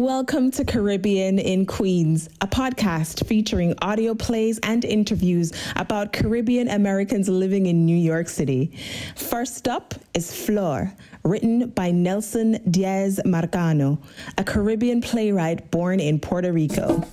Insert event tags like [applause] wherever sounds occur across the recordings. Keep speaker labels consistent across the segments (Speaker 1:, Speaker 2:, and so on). Speaker 1: Welcome to Caribbean in Queens, a podcast featuring audio plays and interviews about Caribbean Americans living in New York City. First up is Flor, written by Nelson Diaz Marcano, a Caribbean playwright born in Puerto Rico.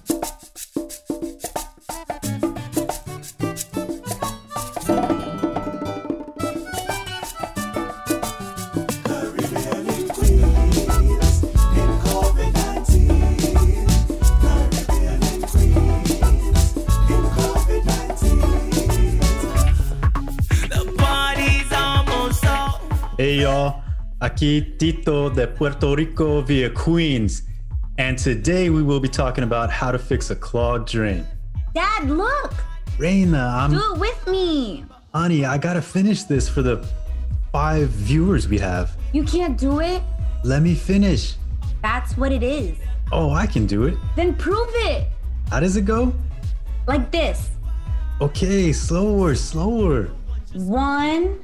Speaker 2: Hey y'all, aquí Tito de Puerto Rico via Queens, and today we will be talking about how to fix a clogged drain.
Speaker 3: Dad, look!
Speaker 2: Reina, I'm,
Speaker 3: Do it with me!
Speaker 2: honey, I gotta finish this for the five viewers we have.
Speaker 3: You can't do it?
Speaker 2: Let me finish.
Speaker 3: That's what it is.
Speaker 2: Oh, I can do it.
Speaker 3: Then prove it!
Speaker 2: How does it go?
Speaker 3: Like this.
Speaker 2: Okay, slower, slower.
Speaker 3: One,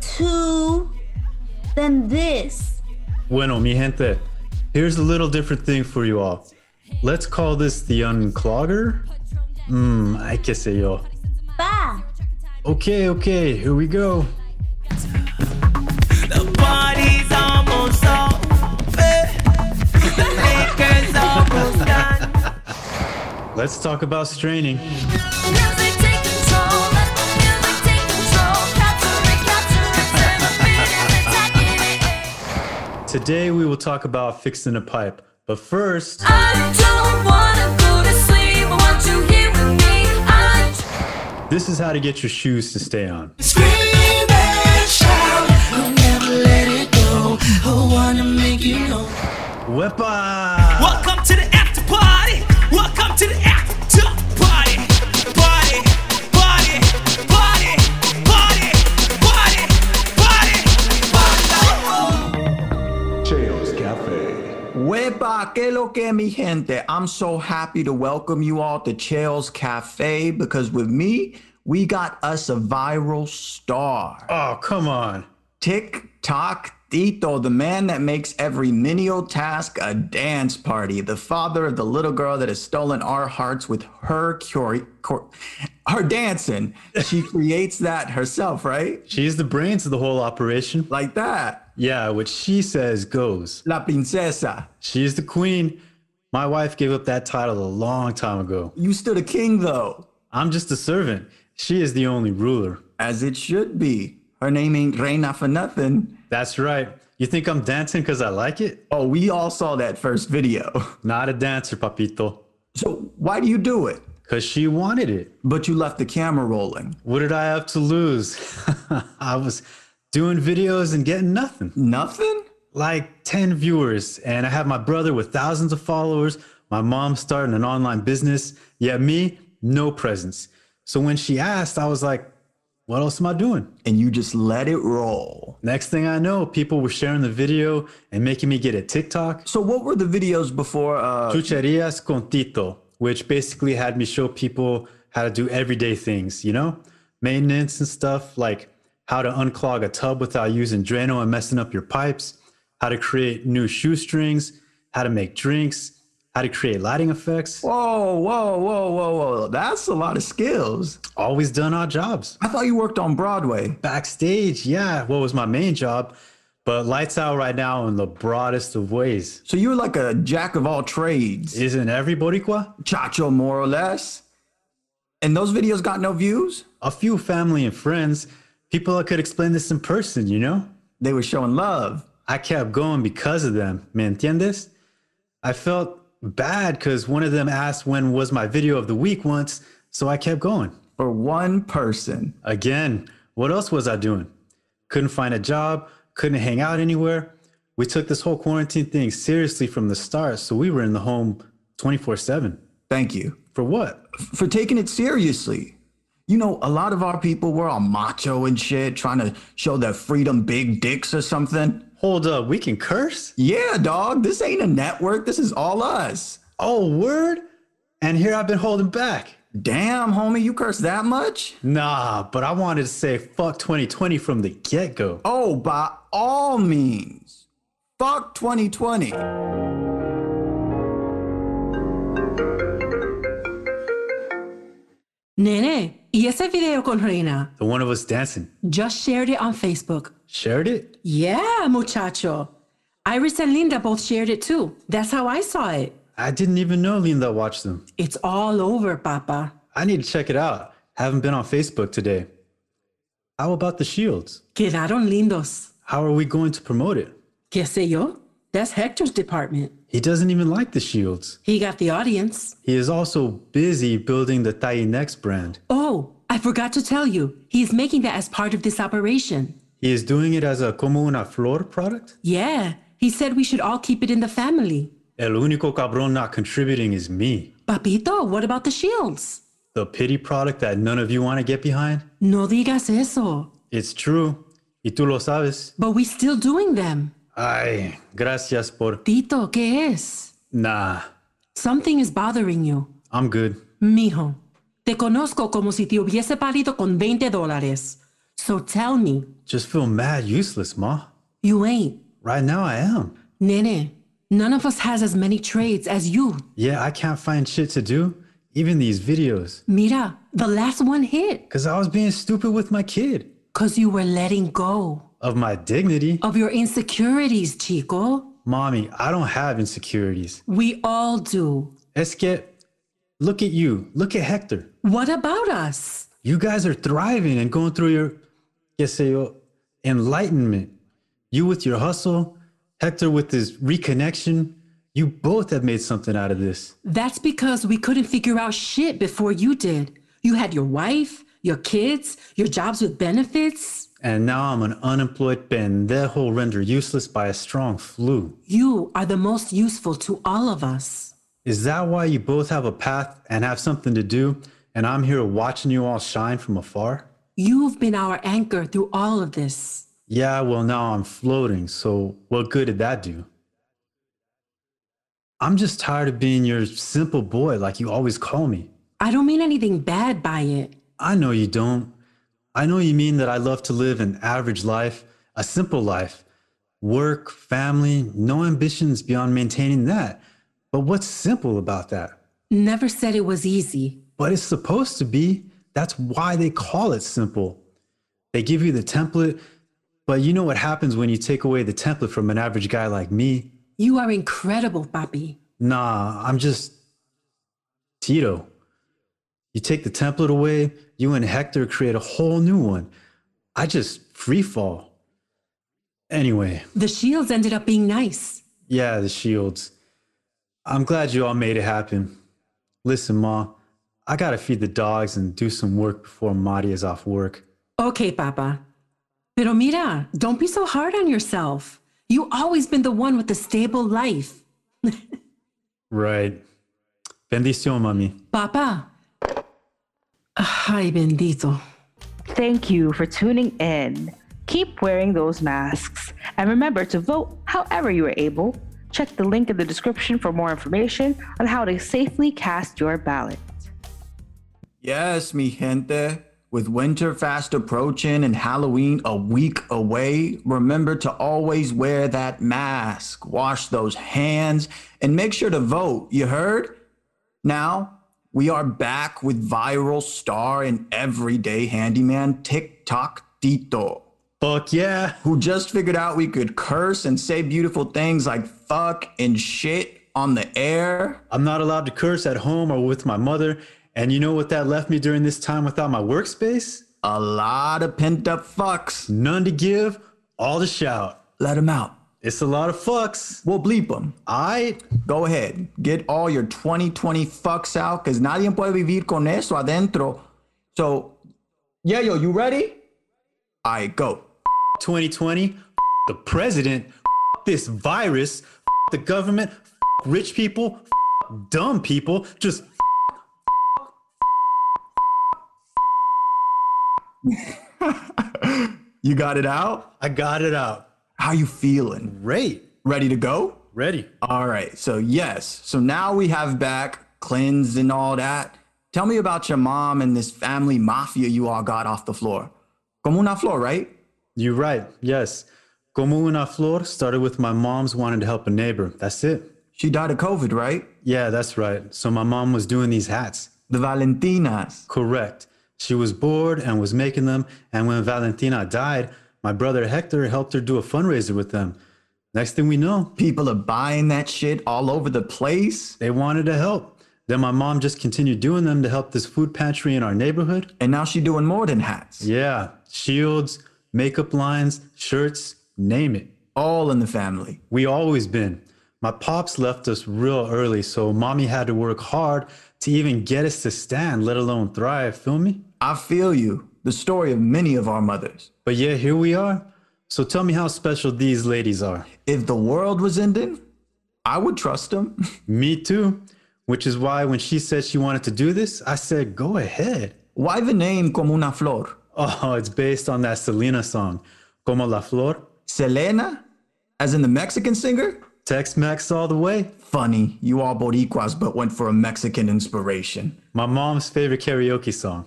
Speaker 3: two, then this.
Speaker 2: Bueno, mi gente, here's a little different thing for you all. Let's call this the unclogger. Mmm, ay que sé yo.
Speaker 3: Bah!
Speaker 2: Okay, okay, here we go.
Speaker 4: The party's almost over. The liquor's almost done.
Speaker 2: Let's talk about straining.
Speaker 5: Music take control, let the music take control. Capture it, capture it, turn the beat and attack it.
Speaker 2: Today we will talk about fixing a pipe. But first,
Speaker 5: I don't wanna go to sleep, I want you here with me. I
Speaker 2: this is how to get your shoes to stay on.
Speaker 4: Scream and shout. I'll never let it go. I wanna make you know.
Speaker 2: Wepa!
Speaker 4: Welcome to the after party. Welcome to the after party. Party, party, party, party, party, party, party.
Speaker 6: Cheo's Cafe.
Speaker 7: Wepa, que lo que mi gente. I'm so happy to welcome you all to Chael's Cafe because with me, we got us a viral star.
Speaker 2: Oh, come on.
Speaker 7: Tick tock Tito, the man that makes every menial task a dance party, the father of the little girl that has stolen our hearts with her curi- cor- her dancing. She creates that herself, right?
Speaker 2: She's the brains of the whole operation.
Speaker 7: Like that.
Speaker 2: Yeah, what she says goes.
Speaker 7: La princesa.
Speaker 2: She's the queen. My wife gave up that title a long time ago.
Speaker 7: You still the king though.
Speaker 2: I'm just a servant. She is the only ruler.
Speaker 7: as it should be. Her name ain't Reina for nothing.
Speaker 2: That's right. You think I'm dancing because I like it?
Speaker 7: Oh, we all saw that first video. [laughs]
Speaker 2: Not a dancer, Papito.
Speaker 7: So why do you do it?
Speaker 2: Because she wanted it.
Speaker 7: But you left the camera rolling.
Speaker 2: What did I have to lose? [laughs] I was doing videos and getting nothing.
Speaker 7: Nothing?
Speaker 2: Like 10 viewers, and I have my brother with thousands of followers, my mom starting an online business, yet me, no presence. So when she asked, I was like, what else am I doing?
Speaker 7: And you just let it roll.
Speaker 2: Next thing I know, people were sharing the video and making me get a TikTok.
Speaker 7: So what were the videos before uh
Speaker 2: Chucherías con Tito, which basically had me show people how to do everyday things, you know? Maintenance and stuff like how to unclog a tub without using Drano and messing up your pipes, how to create new shoestrings, how to make drinks, how to create lighting effects.
Speaker 7: Whoa, whoa, whoa, whoa, whoa. That's a lot of skills.
Speaker 2: Always done odd jobs.
Speaker 7: I thought you worked on Broadway.
Speaker 2: Backstage, yeah, what was my main job, but lights out right now in the broadest of ways.
Speaker 7: So you were like a jack of all trades.
Speaker 2: Isn't every Boricua?
Speaker 7: Chacho more or less. And those videos got no views?
Speaker 2: A few family and friends, people that could explain this in person, you know?
Speaker 7: They were showing love.
Speaker 2: I kept going because of them. Me entiendes? I felt bad because one of them asked when was my video of the week once, so I kept going.
Speaker 7: For one person.
Speaker 2: Again, what else was I doing? Couldn't find a job, couldn't hang out anywhere. We took this whole quarantine thing seriously from the start, so we were in the home 24 7.
Speaker 7: Thank you.
Speaker 2: For what?
Speaker 7: for taking it seriously. You know, a lot of our people were all macho and shit, trying to show their freedom big dicks or something.
Speaker 2: Hold up, we can curse?
Speaker 7: Yeah, dog, this ain't a network. This is all us.
Speaker 2: Oh, word? And here I've been holding back.
Speaker 7: Damn, homie, you curse that much?
Speaker 2: Nah, but I wanted to say fuck 2020 from the get go.
Speaker 7: Oh, by all means. Fuck 2020.
Speaker 8: Nene, y ese video con Reina,
Speaker 2: The one of us dancing.
Speaker 8: just shared it on Facebook.
Speaker 2: Shared it?
Speaker 8: Yeah, muchacho. Iris and Linda both shared it too. That's how I saw it.
Speaker 2: I didn't even know Linda watched them.
Speaker 8: It's all over, Papa.
Speaker 2: I need to check it out. Haven't been on Facebook today. How about the shields?
Speaker 8: Quedaron lindos.
Speaker 2: How are we going to promote it?
Speaker 8: ¿Qué sé yo? That's Hector's department.
Speaker 2: He doesn't even like the shields.
Speaker 8: He got the audience.
Speaker 2: He is also busy building the Tai Next brand.
Speaker 8: Oh, I forgot to tell you. He is making that as part of this operation.
Speaker 2: He is doing it as a Como Una Flor product.
Speaker 8: Yeah, he said we should all keep it in the family.
Speaker 2: El único cabrón not contributing is me.
Speaker 8: Papito, what about the shields?
Speaker 2: The pity product that none of you want to get behind?
Speaker 8: No digas eso.
Speaker 2: It's true. Y tú lo sabes.
Speaker 8: But we still doing them.
Speaker 2: Ay, gracias por.
Speaker 8: Tito, ¿qué es?
Speaker 2: Nah,
Speaker 8: Something is bothering you.
Speaker 2: I'm good.
Speaker 8: Mijo, te conozco como si te hubiese parido con 20 dólares. So tell me,
Speaker 2: Just feel mad useless, ma.
Speaker 8: you ain't.
Speaker 2: Right now I am.
Speaker 8: Nene, none of us has as many trades as you.
Speaker 2: Yeah, I can't find shit to do. Even these videos.
Speaker 8: Mira, the last one hit.
Speaker 2: Cause I was being stupid with my kid.
Speaker 8: Cause you were letting go
Speaker 2: Of my dignity.
Speaker 8: of your insecurities, chico.
Speaker 2: Mommy, I don't have insecurities.
Speaker 8: We all do.
Speaker 2: Es que, look at you. Look at Hector.
Speaker 8: What about us?
Speaker 2: You guys are thriving and going through your, que sé yo, enlightenment. You with your hustle, Hector with his reconnection. You both have made something out of this.
Speaker 8: That's because we couldn't figure out shit before you did. You had your wife, your kids, your jobs with benefits.
Speaker 2: And now I'm an unemployed pendejo rendered useless by a strong flu.
Speaker 8: You are the most useful to all of us.
Speaker 2: Is that why you both have a path and have something to do, and I'm here watching you all shine from afar?
Speaker 8: You've been our anchor through all of this.
Speaker 2: Yeah, well, now I'm floating, so what good did that do? I'm just tired of being your simple boy like you always call me.
Speaker 8: I don't mean anything bad by it.
Speaker 2: I know you don't. I know you mean that I love to live an average life, a simple life. Work, family, no ambitions beyond maintaining that. But what's simple about that?
Speaker 8: Never said it was easy.
Speaker 2: But it's supposed to be. That's why they call it simple. They give you the template, but you know what happens when you take away the template from an average guy like me?
Speaker 8: You are incredible, Papi.
Speaker 2: Nah, I'm just Tito. You take the template away, you and Hector create a whole new one. I just free fall. Anyway,
Speaker 8: The shields ended up being nice.
Speaker 2: yeah, the shields. I'm glad you all made it happen. Listen, Ma, I gotta feed the dogs and do some work before Marty is off work.
Speaker 8: Okay, Papa. Pero mira, don't be so hard on yourself. You always been the one with the stable life.
Speaker 2: Right. Bendición, mami.
Speaker 8: Papa. Ay, bendito.
Speaker 9: Thank you for tuning in. Keep wearing those masks. And remember to vote however you are able. Check the link in the description for more information on how to safely cast your ballot.
Speaker 7: Yes, mi gente. With winter fast approaching and Halloween a week away, remember to always wear that mask, wash those hands, and make sure to vote. You heard? Now, we are back with viral star and everyday handyman TikTok Tito
Speaker 2: Fuck yeah.
Speaker 7: who just figured out we could curse and say beautiful things like fuck and shit on the air.
Speaker 2: I'm not allowed to curse at home or with my mother. And you know what that left me during this time without my workspace?
Speaker 7: A lot of pent up fucks.
Speaker 2: None to give, all to shout.
Speaker 7: Let them out.
Speaker 2: It's a lot of fucks.
Speaker 7: We'll bleep them.
Speaker 2: I
Speaker 7: Go ahead. Get all your 2020 fucks out because nadie puede vivir con eso adentro. So, yeah, yo, you ready? I go.
Speaker 2: 2020, the president, this virus, the government, rich people, dumb people, just
Speaker 7: You got it out?
Speaker 2: I got it out.
Speaker 7: How you feeling?
Speaker 2: Great.
Speaker 7: Ready to go?
Speaker 2: Ready.
Speaker 7: All right. So, yes. So now we have back cleansed and all that. Tell me about your mom and this family mafia you all got off the floor. Como una flor, right?
Speaker 2: You're right. Yes. Como una flor started with my mom's wanting to help a neighbor. That's it.
Speaker 7: She died of COVID, right?
Speaker 2: Yeah, that's right. So my mom was doing these hats.
Speaker 7: the Valentinas.
Speaker 2: Correct. She was bored and was making them. And when Valentina died, my brother Hector helped her do a fundraiser with them. Next thing we know,
Speaker 7: People are buying that shit all over the place.
Speaker 2: they wanted to help. Then my mom just continued doing them to help this food pantry in our neighborhood.
Speaker 7: And now she doing more than hats.
Speaker 2: Yeah, shields, makeup lines, shirts, name it.
Speaker 7: All in the family.
Speaker 2: We always been. My pops left us real early, so mommy had to work hard to even get us to stand, let alone thrive. Feel me?
Speaker 7: I feel you. The story of many of our mothers.
Speaker 2: But yeah, here we are. So tell me how special these ladies are.
Speaker 7: If the world was ending, I would trust them.
Speaker 2: Me too. Which is why when she said she wanted to do this, I said, go ahead.
Speaker 7: [laughs] Why the name Como una Flor?
Speaker 2: Oh, it's based on that Selena song, Como la Flor,
Speaker 7: Selena? As in the Mexican singer?
Speaker 2: Tex Mex all the way.
Speaker 7: Funny, you all Boricuas but went for a Mexican inspiration.
Speaker 2: My mom's favorite karaoke song.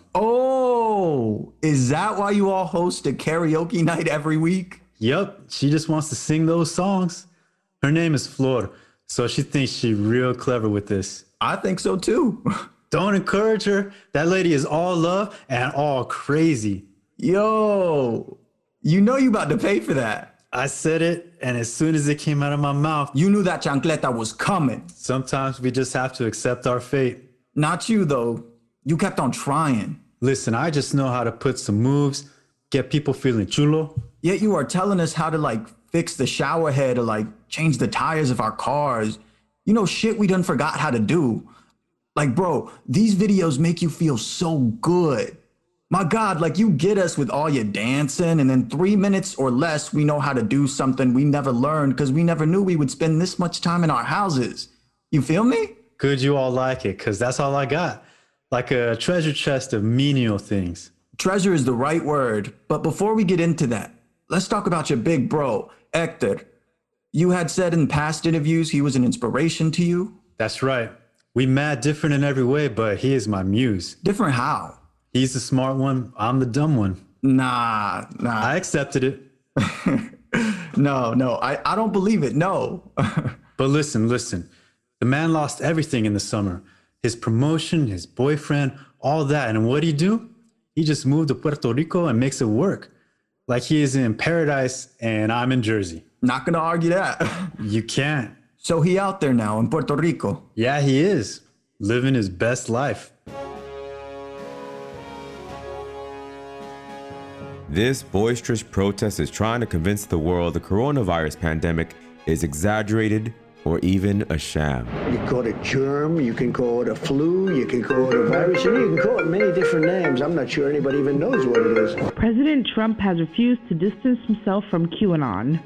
Speaker 7: Oh, is that why you all host a karaoke night every week?
Speaker 2: Yep, she just wants to sing those songs. Her name is Flor, so she thinks she real clever with this.
Speaker 7: I think so too. [laughs]
Speaker 2: Don't encourage her. That lady is all love and all crazy.
Speaker 7: Yo, you know you about to pay for that.
Speaker 2: I said it, and as soon as it came out of my mouth,
Speaker 7: You knew that chancleta was coming.
Speaker 2: sometimes we just have to accept our fate.
Speaker 7: Not you though. You kept on trying.
Speaker 2: Listen, I just know how to put some moves, get people feeling chulo.
Speaker 7: Yet you are telling us how to like fix the shower head or like change the tires of our cars. You know, shit we done forgot how to do. Like, bro, these videos make you feel so good. My God, like you get us with all your dancing, and in three minutes or less, we know how to do something we never learned because we never knew we would spend this much time in our houses. You feel me?
Speaker 2: Good you all like it, because that's all I got. Like a treasure chest of menial things.
Speaker 7: Treasure is the right word. But before we get into that, let's talk about your big bro, Hector. You had said in past interviews he was an inspiration to you.
Speaker 2: That's right. We mad different in every way, but he is my muse.
Speaker 7: Different how?
Speaker 2: He's the smart one, I'm the dumb one.
Speaker 7: Nah, nah.
Speaker 2: I accepted it.
Speaker 7: no, no. I, I don't believe it. No. [laughs]
Speaker 2: But listen, listen. The man lost everything in the summer. His promotion, his boyfriend, all that. And what did he do? He just moved to Puerto Rico and makes it work. Like he is in paradise and I'm in Jersey.
Speaker 7: Not gonna argue that. [laughs]
Speaker 2: You can't.
Speaker 7: so he out there now in Puerto Rico.
Speaker 2: Yeah, he is. Living his best life.
Speaker 10: This boisterous protest is trying to convince the world the coronavirus pandemic is exaggerated or even a sham.
Speaker 11: You can call it germ, you can call it a flu, you can call it a virus, and you can call it many different names. I'm not sure anybody even knows what it is.
Speaker 9: President Trump has refused to distance himself from QAnon,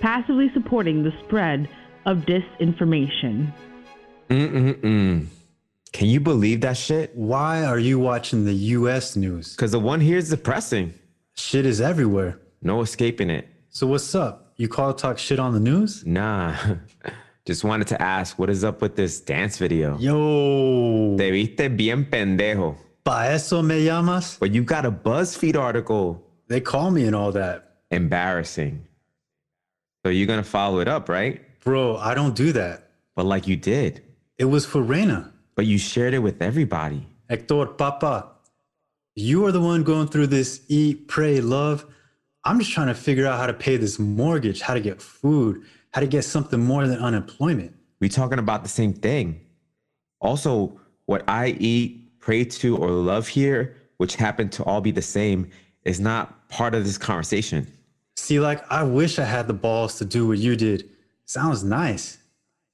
Speaker 9: passively supporting the spread of disinformation.
Speaker 10: Mm-mm-mm. Can you believe that shit?
Speaker 2: Why are you watching the US news?
Speaker 10: Because the one here is depressing.
Speaker 2: Shit is everywhere.
Speaker 10: No escaping it.
Speaker 2: So what's up? You call to talk shit on the news?
Speaker 10: Nah. [laughs] Just wanted to ask, what is up with this dance video?
Speaker 2: Yo,
Speaker 10: Te viste bien pendejo.
Speaker 2: pa eso me llamas?
Speaker 10: But you got a BuzzFeed article.
Speaker 2: They call me and all that.
Speaker 10: Embarrassing. So you're going to follow it up, right?
Speaker 2: Bro, I don't do that.
Speaker 10: But like you did.
Speaker 2: It was for Reina.
Speaker 10: But you shared it with everybody.
Speaker 2: Hector, Papa, you are the one going through this eat, pray, love. I'm just trying to figure out how to pay this mortgage, how to get food, how to get something more than unemployment.
Speaker 10: we talking about the same thing. Also, what I eat, pray to, or love here, which happen to all be the same, is not part of this conversation.
Speaker 2: See, like, I wish I had the balls to do what you did. Sounds nice.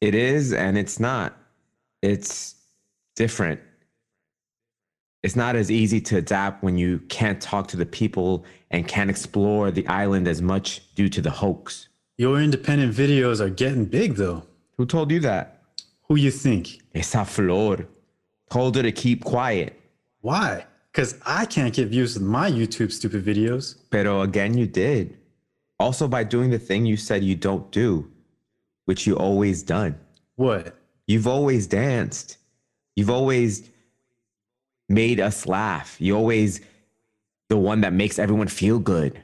Speaker 10: It is and it's not. It's different. It's not as easy to adapt when you can't talk to the people and can't explore the island as much due to the hoax.
Speaker 2: Your independent videos are getting big, though.
Speaker 10: Who told you that?
Speaker 2: Who you think?
Speaker 10: Esa flor told her to keep quiet.
Speaker 2: Why? Because I can't get views with my YouTube stupid videos.
Speaker 10: Pero again, you did. Also, by doing the thing you said you don't do, which you always done.
Speaker 2: What?
Speaker 10: You've always danced. You've always made us laugh. You always the one that makes everyone feel good.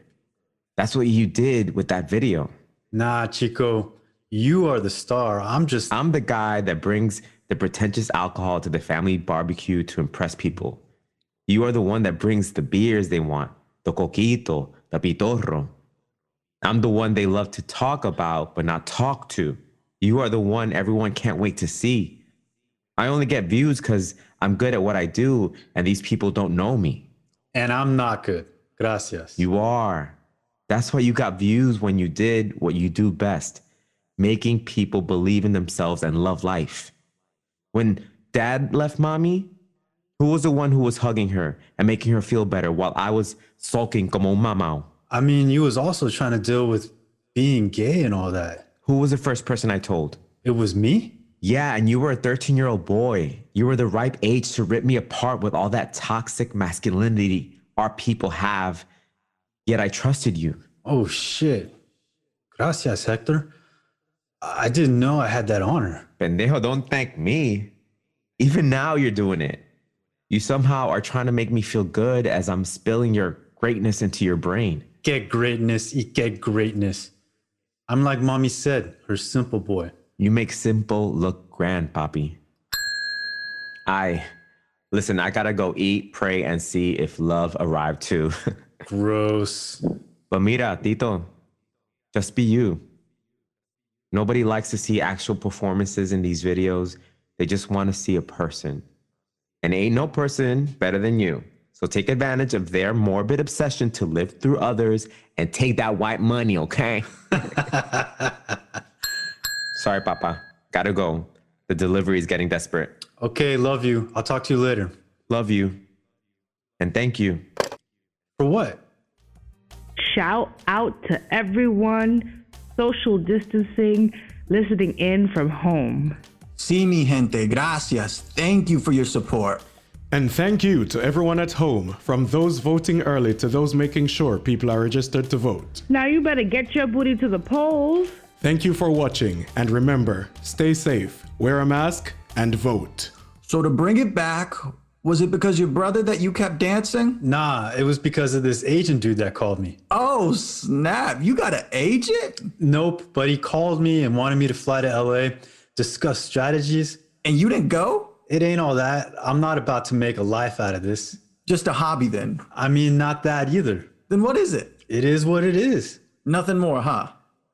Speaker 10: That's what you did with that video.
Speaker 2: Nah, Chico, you are the star. I'm just.
Speaker 10: I'm the guy that brings the pretentious alcohol to the family barbecue to impress people. You are the one that brings the beers they want, the coquito, the pitorro. I'm the one they love to talk about but not talk to. You are the one everyone can't wait to see. I only get views because I'm good at what I do and these people don't know me.
Speaker 2: And I'm not good. Gracias.
Speaker 10: You are. That's why you got views when you did what you do best making people believe in themselves and love life. When dad left mommy, who was the one who was hugging her and making her feel better while I was sulking como un mamao?
Speaker 2: I mean, you was also trying to deal with being gay and all that.
Speaker 10: Who was the first person I told?
Speaker 2: It was me?
Speaker 10: Yeah, and you were a 13 year old boy. You were the ripe age to rip me apart with all that toxic masculinity our people have. Yet I trusted you.
Speaker 2: Oh shit. Gracias, Hector. I didn't know I had that honor.
Speaker 10: Pendejo, don't thank me. Even now you're doing it. You somehow are trying to make me feel good as I'm spilling your greatness into your brain.
Speaker 2: Get greatness, y get greatness. I'm like mommy said, her simple boy.
Speaker 10: You make simple look grand, Poppy. I listen, I gotta go eat, pray, and see if love arrived too. [laughs]
Speaker 2: Gross.
Speaker 10: but mira, Tito, just be you. Nobody likes to see actual performances in these videos. They just want to see a person. And ain't no person better than you. So take advantage of their morbid obsession to live through others and take that white money, okay? [laughs] Sorry, Papa. Gotta go. The delivery is getting desperate.
Speaker 2: Okay, love you. I'll talk to you later.
Speaker 10: Love you. And thank you.
Speaker 2: For what?
Speaker 9: Shout out to everyone social distancing, listening in from home.
Speaker 7: See mi gente, gracias. Thank you for your support.
Speaker 12: And thank you to everyone at home, from those voting early to those making sure people are registered to vote.
Speaker 9: Now you better get your booty to the polls.
Speaker 12: Thank you for watching, and remember stay safe, wear a mask, and vote.
Speaker 7: So to bring it back, was it because your brother that you kept dancing?
Speaker 2: Nah, it was because of this agent dude that called me.
Speaker 7: Oh, snap. You got an agent?
Speaker 2: Nope, but he called me and wanted me to fly to LA, discuss strategies.
Speaker 7: And you didn't go?
Speaker 2: It ain't all that. I'm not about to make a life out of this.
Speaker 7: Just a hobby then.
Speaker 2: I mean, not that either.
Speaker 7: Then what is it?
Speaker 2: It is what it is.
Speaker 7: Nothing more, huh?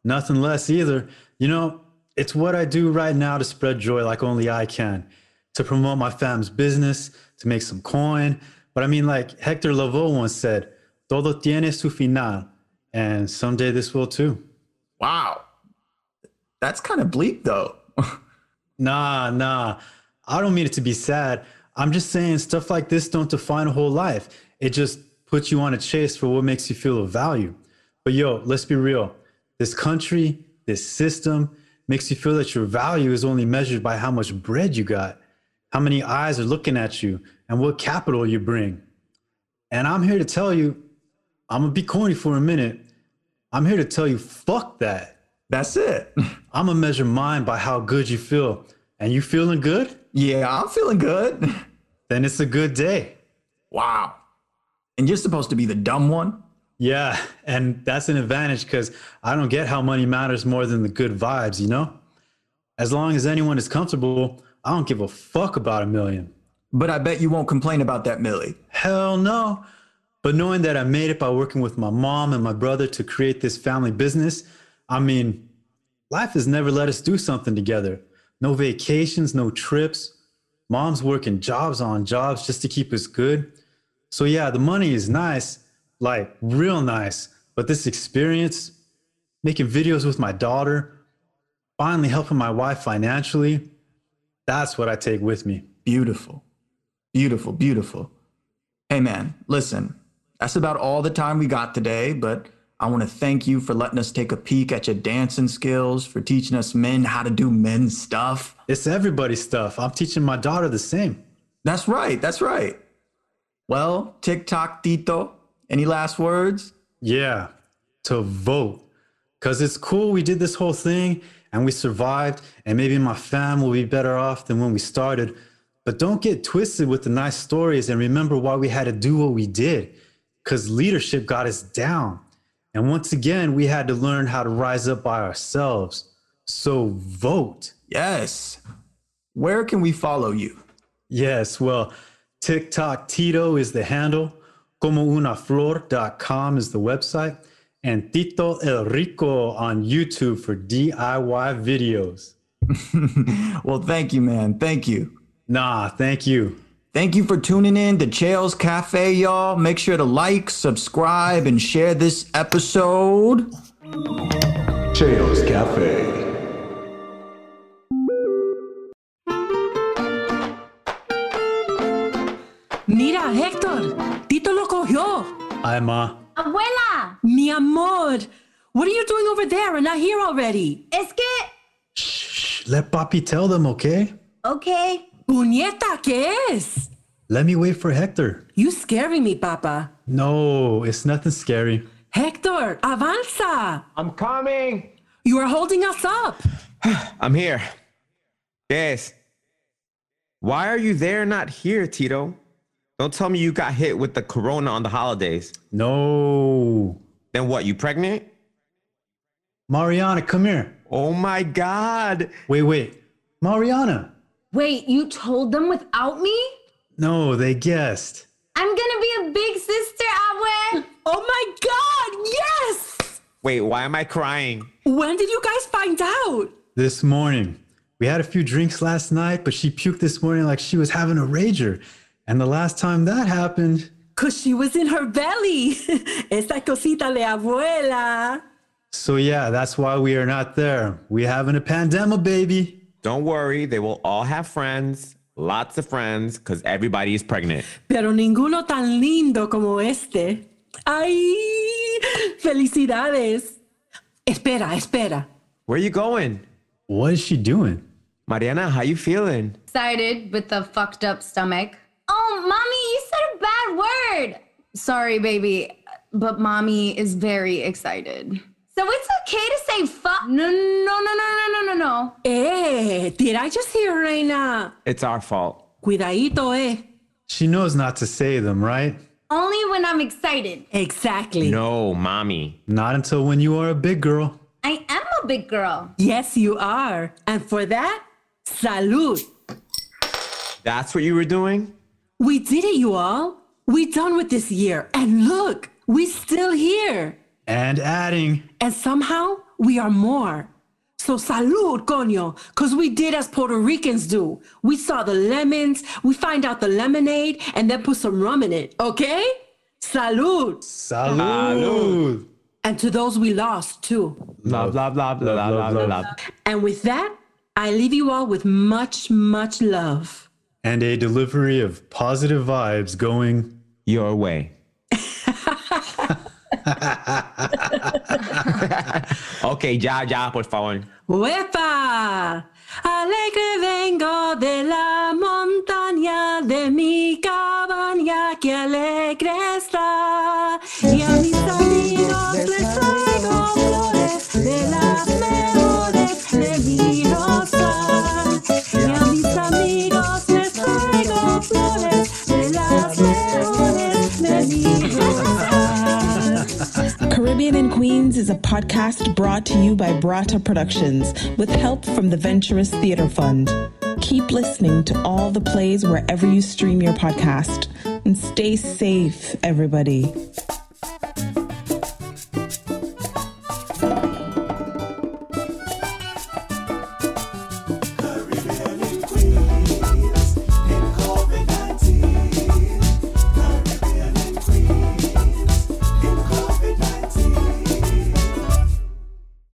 Speaker 2: Nothing less either. You know, it's what I do right now to spread joy like only I can, to promote my fam's business, to make some coin. But I mean, like Hector Lavoe once said, todo tiene su final. And someday this will too.
Speaker 7: Wow. That's kind of bleep though.
Speaker 2: Nah, nah. I don't mean it to be sad. I'm just saying stuff like this don't define a whole life. It just puts you on a chase for what makes you feel of value. But yo, let's be real. This country, this system makes you feel that your value is only measured by how much bread you got, how many eyes are looking at you, and what capital you bring. And I'm here to tell you, I'm gonna be corny for a minute. I'm here to tell you, fuck that.
Speaker 7: That's it. [laughs]
Speaker 2: I'm gonna measure mine by how good you feel. And you feeling good?
Speaker 7: yeah, I'm feeling good. [laughs]
Speaker 2: Then it's a good day.
Speaker 7: Wow. And you're supposed to be the dumb one?
Speaker 2: Yeah, [laughs] and that's an advantage because I don't get how money matters more than the good vibes, you know? As long as anyone is comfortable, I don't give a fuck about a million.
Speaker 7: But I bet you won't complain about that, Millie.
Speaker 2: Hell no. But knowing that I made it by working with my mom and my brother to create this family business, I mean, life has never let us do something together. No vacations, no trips. Mom's working jobs on jobs just to keep us good. So, yeah, the money is nice, like real nice. But this experience, making videos with my daughter, finally helping my wife financially, that's what I take with me.
Speaker 7: Beautiful. Beautiful, beautiful. Hey, man, listen, that's about all the time we got today, but I want to thank you for letting us take a peek at your dancing skills, for teaching us men how to do men stuff.
Speaker 2: It's everybody's stuff. I'm teaching my daughter the same.
Speaker 7: That's right, that's right. Well, TikTok Tito, any last words?
Speaker 2: Yeah, to vote. Because it's cool we did this whole thing and we survived, and maybe my fam will be better off than when we started. But don't get twisted with the nice stories and remember why we had to do what we did. Because leadership got us down. And once again, we had to learn how to rise up by ourselves. So vote.
Speaker 7: Yes. where can we follow you?
Speaker 2: Yes, well, TikTok Tito is the handle, comounaFlor.com is the website, and Tito El Rico on YouTube for DIY videos.
Speaker 7: well, thank you, man. Thank you.
Speaker 2: Nah, thank you.
Speaker 7: Thank you for tuning in to Chael's Cafe, y'all. Make sure to like, subscribe, and share this episode.
Speaker 6: Chael's Cafe.
Speaker 8: Mira, Héctor, Tito lo cogió.
Speaker 2: Hi, Ma.
Speaker 3: Abuela,
Speaker 8: Mi amor, what are you doing over there and not here already?
Speaker 3: es que.
Speaker 2: Shh, Let Papi tell them, okay?
Speaker 3: Okay.
Speaker 8: Puñeta, ¿qué es?
Speaker 2: Let me wait for Hector.
Speaker 8: You scaring me, Papa.
Speaker 2: No, it's nothing scary.
Speaker 8: Hector, avanza.
Speaker 13: I'm coming.
Speaker 8: You are holding us up.
Speaker 10: I'm here. Yes. Why are you there, not here, Tito? Don't tell me you got hit with the corona on the holidays.
Speaker 2: No.
Speaker 10: Then what? You pregnant?
Speaker 2: Mariana, come here.
Speaker 10: Oh my God.
Speaker 2: Wait, wait. Mariana.
Speaker 3: Wait, you told them without me?
Speaker 2: No, they guessed.
Speaker 3: I'm gonna be a big sister, Abue.
Speaker 8: Oh my God, yes!
Speaker 10: Wait, why am I crying?
Speaker 8: When did you guys find out?
Speaker 2: This morning. We had a few drinks last night, but she puked this morning like she was having a rager. And the last time that happened,
Speaker 8: Cause she was in her belly. [laughs] Esa cosita de abuela.
Speaker 2: so yeah, that's why we are not there. We having a pandemic, baby.
Speaker 10: Don't worry, they will all have friends, lots of friends, because everybody is pregnant.
Speaker 8: Pero ninguno tan lindo como este. ¡Ay! ¡Felicidades! Espera, espera.
Speaker 10: Where you going?
Speaker 2: What is she doing?
Speaker 10: Mariana, how you feeling?
Speaker 3: Excited with a fucked up stomach. Oh, mommy, you said a bad word. Sorry, baby, but mommy is very excited. So it's okay to say fuck. No, no, no, no, no, no, no, no.
Speaker 8: Eh, did I just hear Reina?
Speaker 10: It's our fault.
Speaker 8: Cuidadito, eh?
Speaker 2: She knows not to say them, right?
Speaker 3: Only when I'm excited.
Speaker 8: Exactly.
Speaker 10: No, mommy.
Speaker 2: Not until when you are a big girl.
Speaker 3: I am a big girl.
Speaker 8: Yes, you are. And for that, salud.
Speaker 10: That's what you were doing?
Speaker 8: We did it, you all. We done with this year. And look, we still here.
Speaker 2: And adding.
Speaker 8: And somehow we are more. So salud, coño, because we did as Puerto Ricans do. We saw the lemons, we find out the lemonade, and then put some rum in it, okay? Salud.
Speaker 2: Salud.
Speaker 8: And to those we lost too.
Speaker 10: Blah, blah, blah, blah, blah, blah, blah, blah.
Speaker 8: And with that, I leave you all with much, much love.
Speaker 2: And a delivery of positive vibes going
Speaker 10: Your way. okay, ya, ya, por favor.
Speaker 8: ¡Uepa! Alegre vengo de la montaña, de mi cabaña que alegre está. Y a mis amigos les traigo flores de las mejores de Virosan. Y a mis amigos les traigo flores de las mejores de Virosan.
Speaker 1: Caribbean in Queens is a podcast brought to you by Brata Productions with help from the Venturous Theatre Fund. Keep listening to all the plays wherever you stream your podcast and stay safe, everybody.